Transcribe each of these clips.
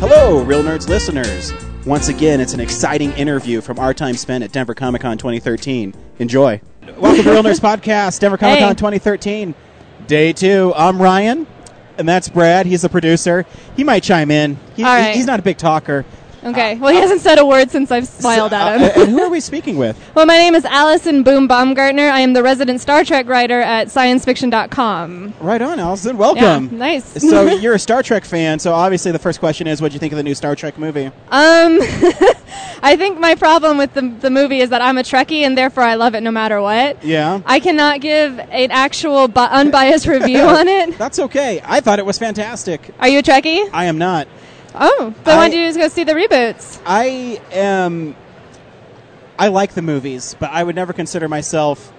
Hello, Real Nerds listeners. Once again, it's an exciting interview from our time spent at Denver Comic Con 2013. Enjoy. Welcome to Real Nerds Podcast, Denver Comic Con Hey. 2013, day two. I'm Ryan, and that's Brad. He's the producer. He might chime in. He, All he- right. He's not a big talker. Okay. Well, he hasn't said a word since I've smiled at him. Uh, and who are we speaking with? Well, my name is Allison Boom Baumgartner. I am the resident Star Trek writer at sciencefiction.com. Right on, Allison. Welcome. Yeah, nice. So you're a Star Trek fan. So obviously, the first question is, what do you think of the new Star Trek movie? Um, I think my problem with the, the movie is that I'm a Trekkie and therefore I love it no matter what. Yeah. I cannot give an actual bu- unbiased review on it. That's okay. I thought it was fantastic. Are you a Trekkie? I am not. Oh, then I- why don't you just go see the reboots? I am. I like the movies, but I would never consider myself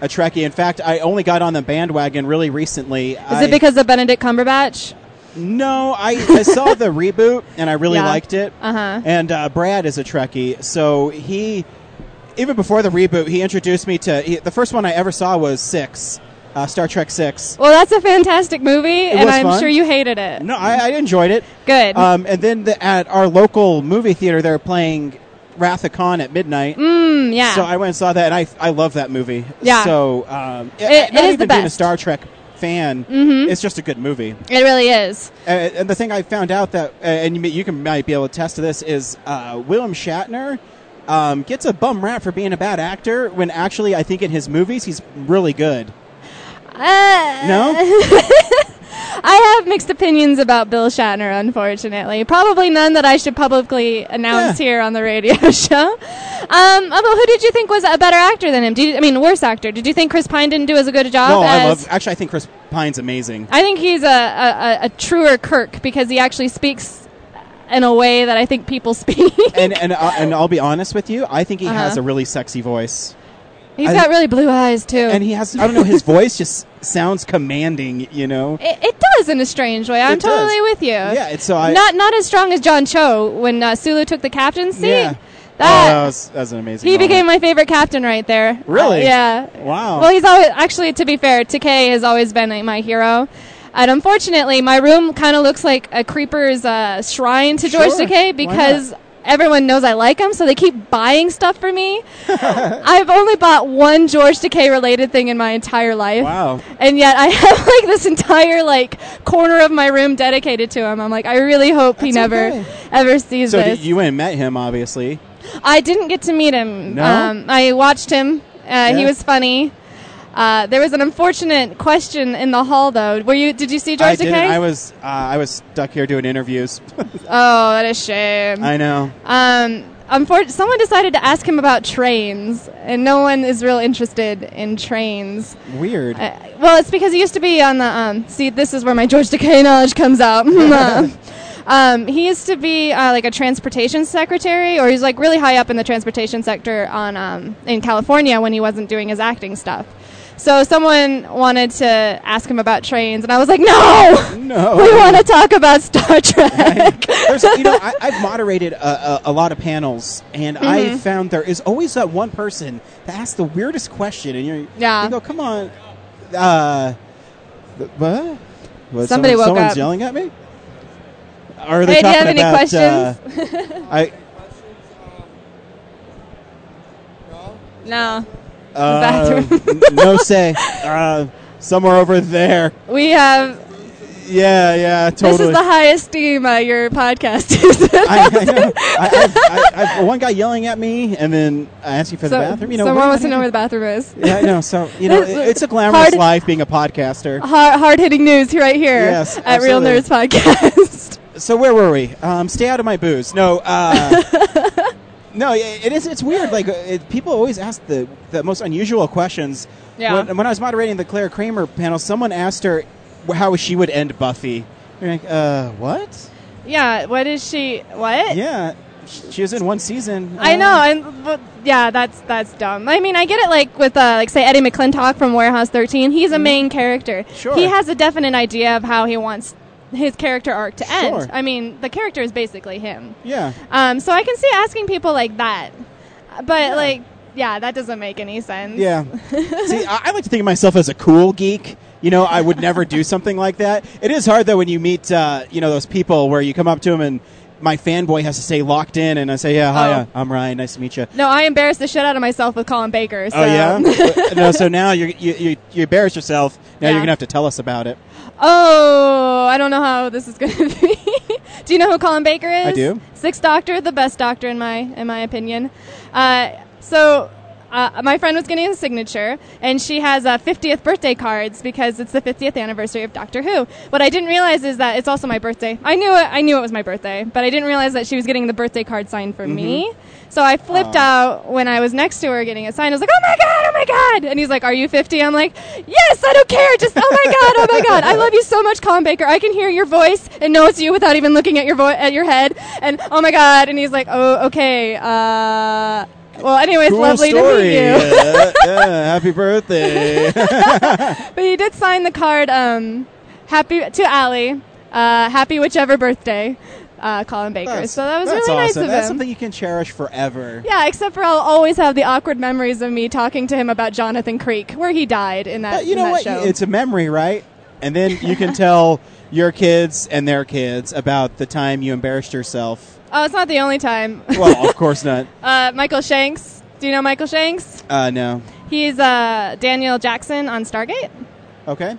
a Trekkie. In fact, I only got on the bandwagon really recently. Is it because of Benedict Cumberbatch? No, I, I saw the reboot and I really Yeah. liked it. Uh-huh. And uh, Brad is a Trekkie, so he even before the reboot, he introduced me to he, the first one I ever saw was Six, uh, Star Trek Six. Well, that's a fantastic movie, and was I'm fun. sure you hated it. No, I, I enjoyed it. Good. Um, and then the, at our local movie theater, they're playing Wrath of Khan at midnight. Mm, yeah. So I went and saw that, and I I love that movie. Yeah. So um, It- not it is even being a the best. Mm-hmm. Star Trek fan, it's just a good movie. it really is. Uh, and the thing I found out that, uh, and you, may- you can might be able to attest to this, is uh, William Shatner um, gets a bum rap for being a bad actor when actually I think in his movies he's really good. Uh, No, I have mixed opinions about Bill Shatner, unfortunately. Probably none that I should publicly announce Yeah. here on the radio show. Um, although, who did you think was a better actor than him? Did you, I mean, worse actor? Did you think Chris Pine didn't do as good a job no, as? I love. Actually, I think Chris Pine's amazing. I think he's a, a, a, a truer Kirk because he actually speaks in a way that I think people speak. And and uh, and I'll be honest with you, I think he has Uh-huh. a really sexy voice, He's I- got really blue eyes too. and he has. I don't know, his voice just sounds commanding. You know. it, it does in a strange way. I'm It does. totally with you. Yeah, it's so I. not not as strong as John Cho when uh, Sulu took the captaincy. Yeah. oh, That, that was, that was an amazing. He moment. became my favorite captain right there. Really? Uh, yeah. Wow. Well, he's always actually to be fair, Takei has always been like, my hero. And unfortunately, my room kind of looks like a creeper's uh, shrine to George Sure. Why Takei because everyone knows I like him, so they keep buying stuff for me. I've only bought one George Takei related thing in my entire life. Wow. And yet I have like this entire like corner of my room dedicated to him. I'm like, I really hope he That's never okay. ever sees So this. did- you went and met him, obviously. I didn't get to meet him. No? Um, I watched him. Uh, He Yeah. was funny. Uh, there was an unfortunate question in the hall, though. Were you? Did you see George I didn't. Takei? I was uh, I was stuck here doing interviews. oh, that is shame. I know. um, unfor- someone decided to ask him about trains, and no one is real interested in trains. Weird. Uh, well, it's because he used to be on the. Um, see, this is where my George Takei knowledge comes out. um, he used to be uh, like a transportation secretary, or he's like really high up in the transportation sector on um, in California when he wasn't doing his acting stuff. So someone wanted to ask him about trains, and I was like, "No, No. we want to talk about Star Trek." There's, you know, I, I've moderated a, a, a lot of panels, and Mm-hmm. I found there is always that one person that asks the weirdest question, and you Yeah. you go, come on, uh, th- what? What, Somebody someone- woke someone's up. yelling at me. Are Hey, they do you have talking any about? uh, I no, uh, no say. Uh, somewhere over there. we have. Yeah, yeah, totally. This is the highest steam uh, your podcast is. I, I know. I, I've, I, I've, one guy yelling at me, and then asking for the bathroom. You know, someone what- wants to know where the bathroom is. Yeah, I know. So you know, it, it's a glamorous Hard- life being a podcaster. hard, hard-hitting news right here Yes, at Real absolutely. Nerds Podcast. So where were we? Um, stay out of my booze. No, uh, no, it it is. It's weird. Like uh, it, people always ask the the most unusual questions. Yeah. When, when I was moderating the Claire Kramer panel, someone asked her wh- how she would end Buffy. You're like, uh, what? yeah, what is she? What? Yeah, sh- she was in one season. I Uh, know, and but, yeah, that's that's dumb. I mean, I get it. Like with uh, like say Eddie McClintock from Warehouse 13, he's a main character. Mm-hmm. Sure. He has a definite idea of how he wants his character arc to Sure. end. I mean, the character is basically him. Yeah. Um, so I can see asking people like that, but like, yeah, that doesn't make any sense. Yeah. See, I, I like to think of myself as a cool geek. You know, I would never do something like that. It is hard though when you meet, uh, you know, those people where you come up to them and my fanboy has to stay locked in, and I say, yeah, hi, Oh. uh, I'm Ryan, nice to meet you. No, I embarrassed the shit out of myself with Colin Baker. So. Oh yeah, no. So now you're, you you you embarrass yourself. Now Yeah. you're gonna have to tell us about it. Oh, I don't know how this is going to be. do you know who Colin Baker is? I do. Sixth Doctor, the best Doctor in my in my opinion. Uh, so. Uh, my friend was getting a signature, and she has uh, 50th birthday cards because it's the 50th anniversary of Doctor Who. What I didn't realize is that it's also my birthday. I knew it, I knew it was my birthday, but I didn't realize that she was getting the birthday card signed for Mm-hmm. me. So I flipped out when I was next to her getting it signed. I was like, "Oh my god, oh my god!" And he's like, "Are you 50?" I'm like, "Yes, I don't care. Just oh my god, oh my god, I love you so much, Colin Baker. I can hear your voice and know it's you without even looking at your vo- at your head." And oh my god, and he's like, "Oh, okay." Uh, well, anyways, lovely to meet you. yeah, yeah, happy birthday. But he did sign the card. Um, happy to Allie. Uh, happy whichever birthday, uh, Colin Baker. That's- so that was that's really nice awesome. of That's him. something you can cherish forever. Yeah, except for I'll always have the awkward memories of me talking to him about Jonathan Creek, where he died in that. But you in know that what? Show. It's a memory, right? And then you can tell your kids and their kids about the time you embarrassed yourself. oh, it's not the only time. Well, of course not. Uh, Michael Shanks. Do you know Michael Shanks? Uh, no. He's uh, Daniel Jackson on Stargate. Okay.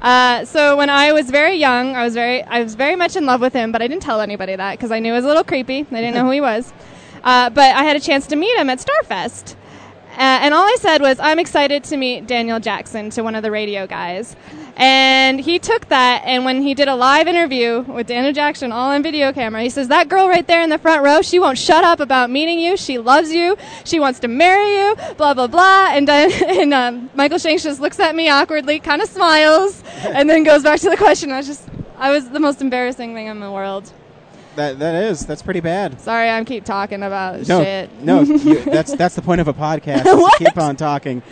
Uh, so when I was very young, I was very, I was very much in love with him, but I didn't tell anybody that because I knew it was a little creepy. I didn't know who he was. Uh, but I had a chance to meet him at Starfest, uh, and all I said was, "I'm excited to meet Daniel Jackson," to one of the radio guys, and he took that. And when he did a live interview with Daniel Jackson, all on video camera, he says, "That girl right there in the front row, she won't shut up about meeting you. She loves you. She wants to marry you. Blah blah blah." And then, and um, Michael Shanks just looks at me awkwardly, kind of smiles, and then goes back to the question. I was just, I was the most embarrassing thing in the world. That that is that's pretty bad. Sorry, I keep talking about No, shit. no. You, that's that's the point of a podcast. is to What? Keep on talking.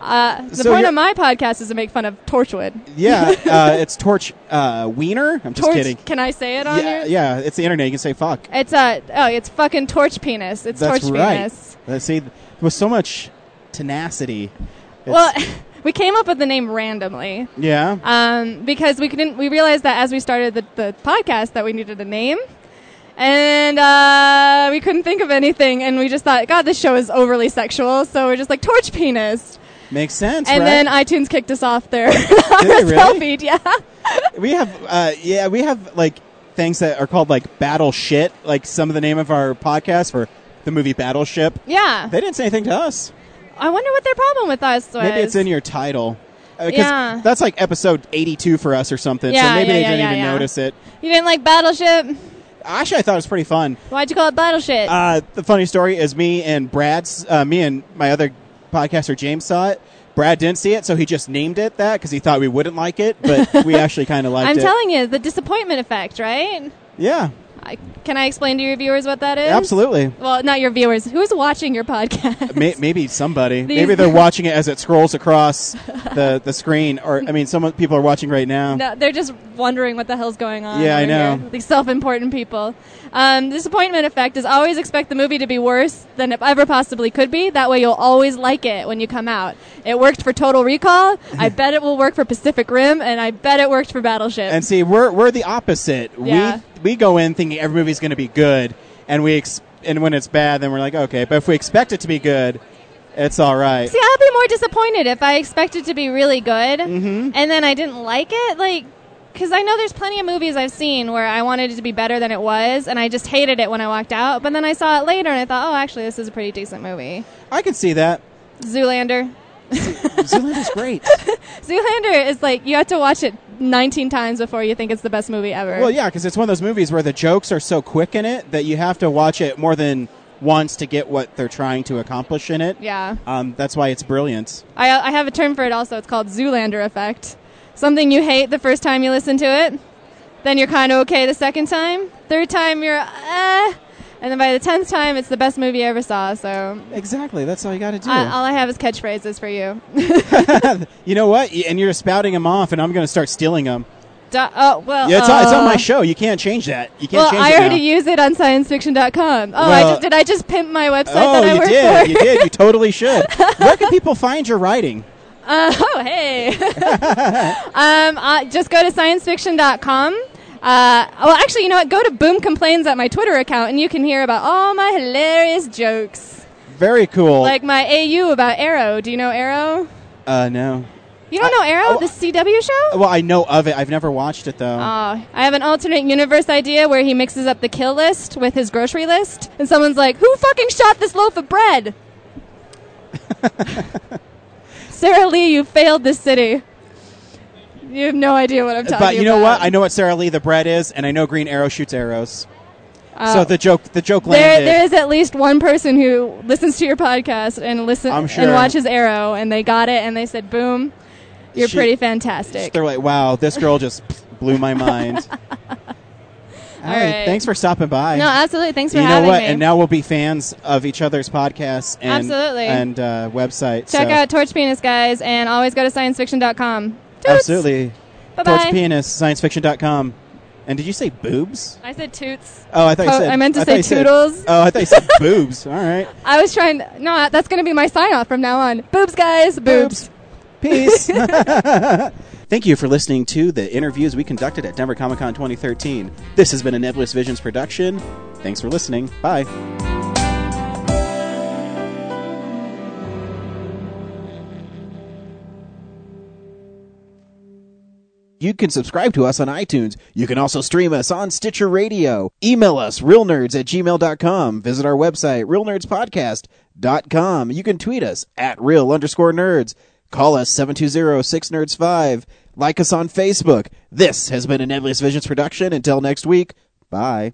Uh, the So point you're- of my podcast is to make fun of Torchwood. Yeah, uh, it's Torch uh, Wiener. I'm just Torch, kidding. Can I say it on Yeah, here? yeah, it's the internet. You can say fuck. It's uh oh, it's fucking torch penis. It's That's torch right. penis. Let's see, with so much tenacity. It's- Well, we came up with the name randomly yeah. um, because we couldn't. We realized that as we started the, the podcast that we needed a name, and uh, we couldn't think of anything. And we just thought, God, this show is overly sexual. So we're just like torch penis. Makes sense, And right? then iTunes kicked us off there. they really? feed, yeah. we have, uh, yeah, we have like things that are called like battle shit. Like some of the name of our podcast for the movie Battleship. Yeah. They didn't say anything to us. I wonder what their problem with us was. Maybe it's in your title. Uh, 'cause Yeah. That's like episode 82 for us or something. so Yeah, maybe yeah, they yeah, didn't yeah, even yeah. notice it. You didn't like Battleship? Actually, I thought it was pretty fun. Why'd you call it Battleship? Uh, the funny story is me and Brad's, uh, me and my other podcaster James saw it. Brad didn't see it, so he just named it that because he thought we wouldn't like it, but we actually kind of liked I'm it. telling you, the disappointment effect, right? yeah, I, can I explain to your viewers what that is? absolutely. Well, not your viewers. Who's watching your podcast? May- maybe somebody. These- maybe they're watching it as it scrolls across the, the screen, or I mean, some people are watching right now. No, they're just wondering what the hell's going on. Yeah, I over know. here. These self-important people. Um, disappointment effect is always expect the movie to be worse than it ever possibly could be. That way, you'll always like it when you come out. It worked for Total Recall. I bet it will work for Pacific Rim, and I bet it worked for Battleship. And see, we're we're the opposite. Yeah. We we go in thinking every movie's going to be good, and we ex- and when it's bad, then we're like, okay. But if we expect it to be good, it's all right. See, I'll be more disappointed if I expect it to be really good and then I didn't like it. Like, because I know there's plenty of movies I've seen where I wanted it to be better than it was and I just hated it when I walked out. But then I saw it later and I thought, oh, actually, this is a pretty decent movie. I can see that. Zoolander. Zoolander's great. Zoolander is like, you have to watch it 19 times before you think it's the best movie ever. Well, yeah, because it's one of those movies where the jokes are so quick in it that you have to watch it more than once to get what they're trying to accomplish in it. Yeah. Um, that's why it's brilliant. I, I have a term for it also. It's called Zoolander effect. Something you hate the first time you listen to it, then you're kind of okay the second time. Third time, you're eh. And then by the tenth time, it's the best movie I ever saw. So Exactly. That's all you got to do. I, all I have is catchphrases for you. you know what? Y- And you're spouting them off, and I'm going to start stealing them. Duh, oh, well. Yeah, it's, on- it's on uh, my show. You can't change that. You can't Well, change I it now. already use it on sciencefiction.com. Oh, I Well- just, did I just pimp my website Oh, that I you work did. for? You did. You totally should. Where can people find your writing? Uh, oh, hey. um, uh, just go to sciencefiction.com. Uh, Uh, well, actually, you know what? Go to Boom Complains at my Twitter account, and you can hear about all my hilarious jokes, Very cool. like my AU about Arrow. Do you know Arrow? uh, no. You don't know Arrow, the CW show? Well, I know of it. I've never watched it though. Uh, I have an alternate universe idea where he mixes up the kill list with his grocery list, and someone's like, "Who fucking shot this loaf of bread?" Sarah Lee, you failed this city. You have no idea what I'm talking about. but you know what? I know what Sarah Lee the bread is, and I know Green Arrow shoots arrows. Uh, so the joke, the joke there, landed. there is at least one person who listens to your podcast and listen I'm sure. and watches Arrow, and they got it, and they said, "Boom, you're She- pretty fantastic." They're like, wow, this girl just blew my mind. Allie, right. thanks for stopping by. No, absolutely. Thanks for you know having what? me. And now we'll be fans of each other's podcasts and Absolutely. and uh, websites. Check so. out Torch Penis, guys, and always go to sciencefiction.com. Toots. absolutely Bye-bye. torch penis sciencefiction.com. And did you say boobs? I said toots. Oh, I thought you Oh, said. I meant to thought say you said- toodles. oh, I thought you said boobs. All right, I was trying. No, that's going to be my sign off from now on. Boobs, guys. Boobs. Peace. Thank you for listening to the interviews we conducted at Denver Comic Con 2013. This has been a Nebulous Visions production. Thanks for listening. Bye. You can subscribe to us on iTunes. You can also stream us on Stitcher Radio. Email us, realnerds at gmail.com. Visit our website, realnerdspodcast.com. You can tweet us at real underscore nerds. Call us 720-6nerds5. Like us on Facebook. This has been a Nebulous Visions production. Until next week, bye.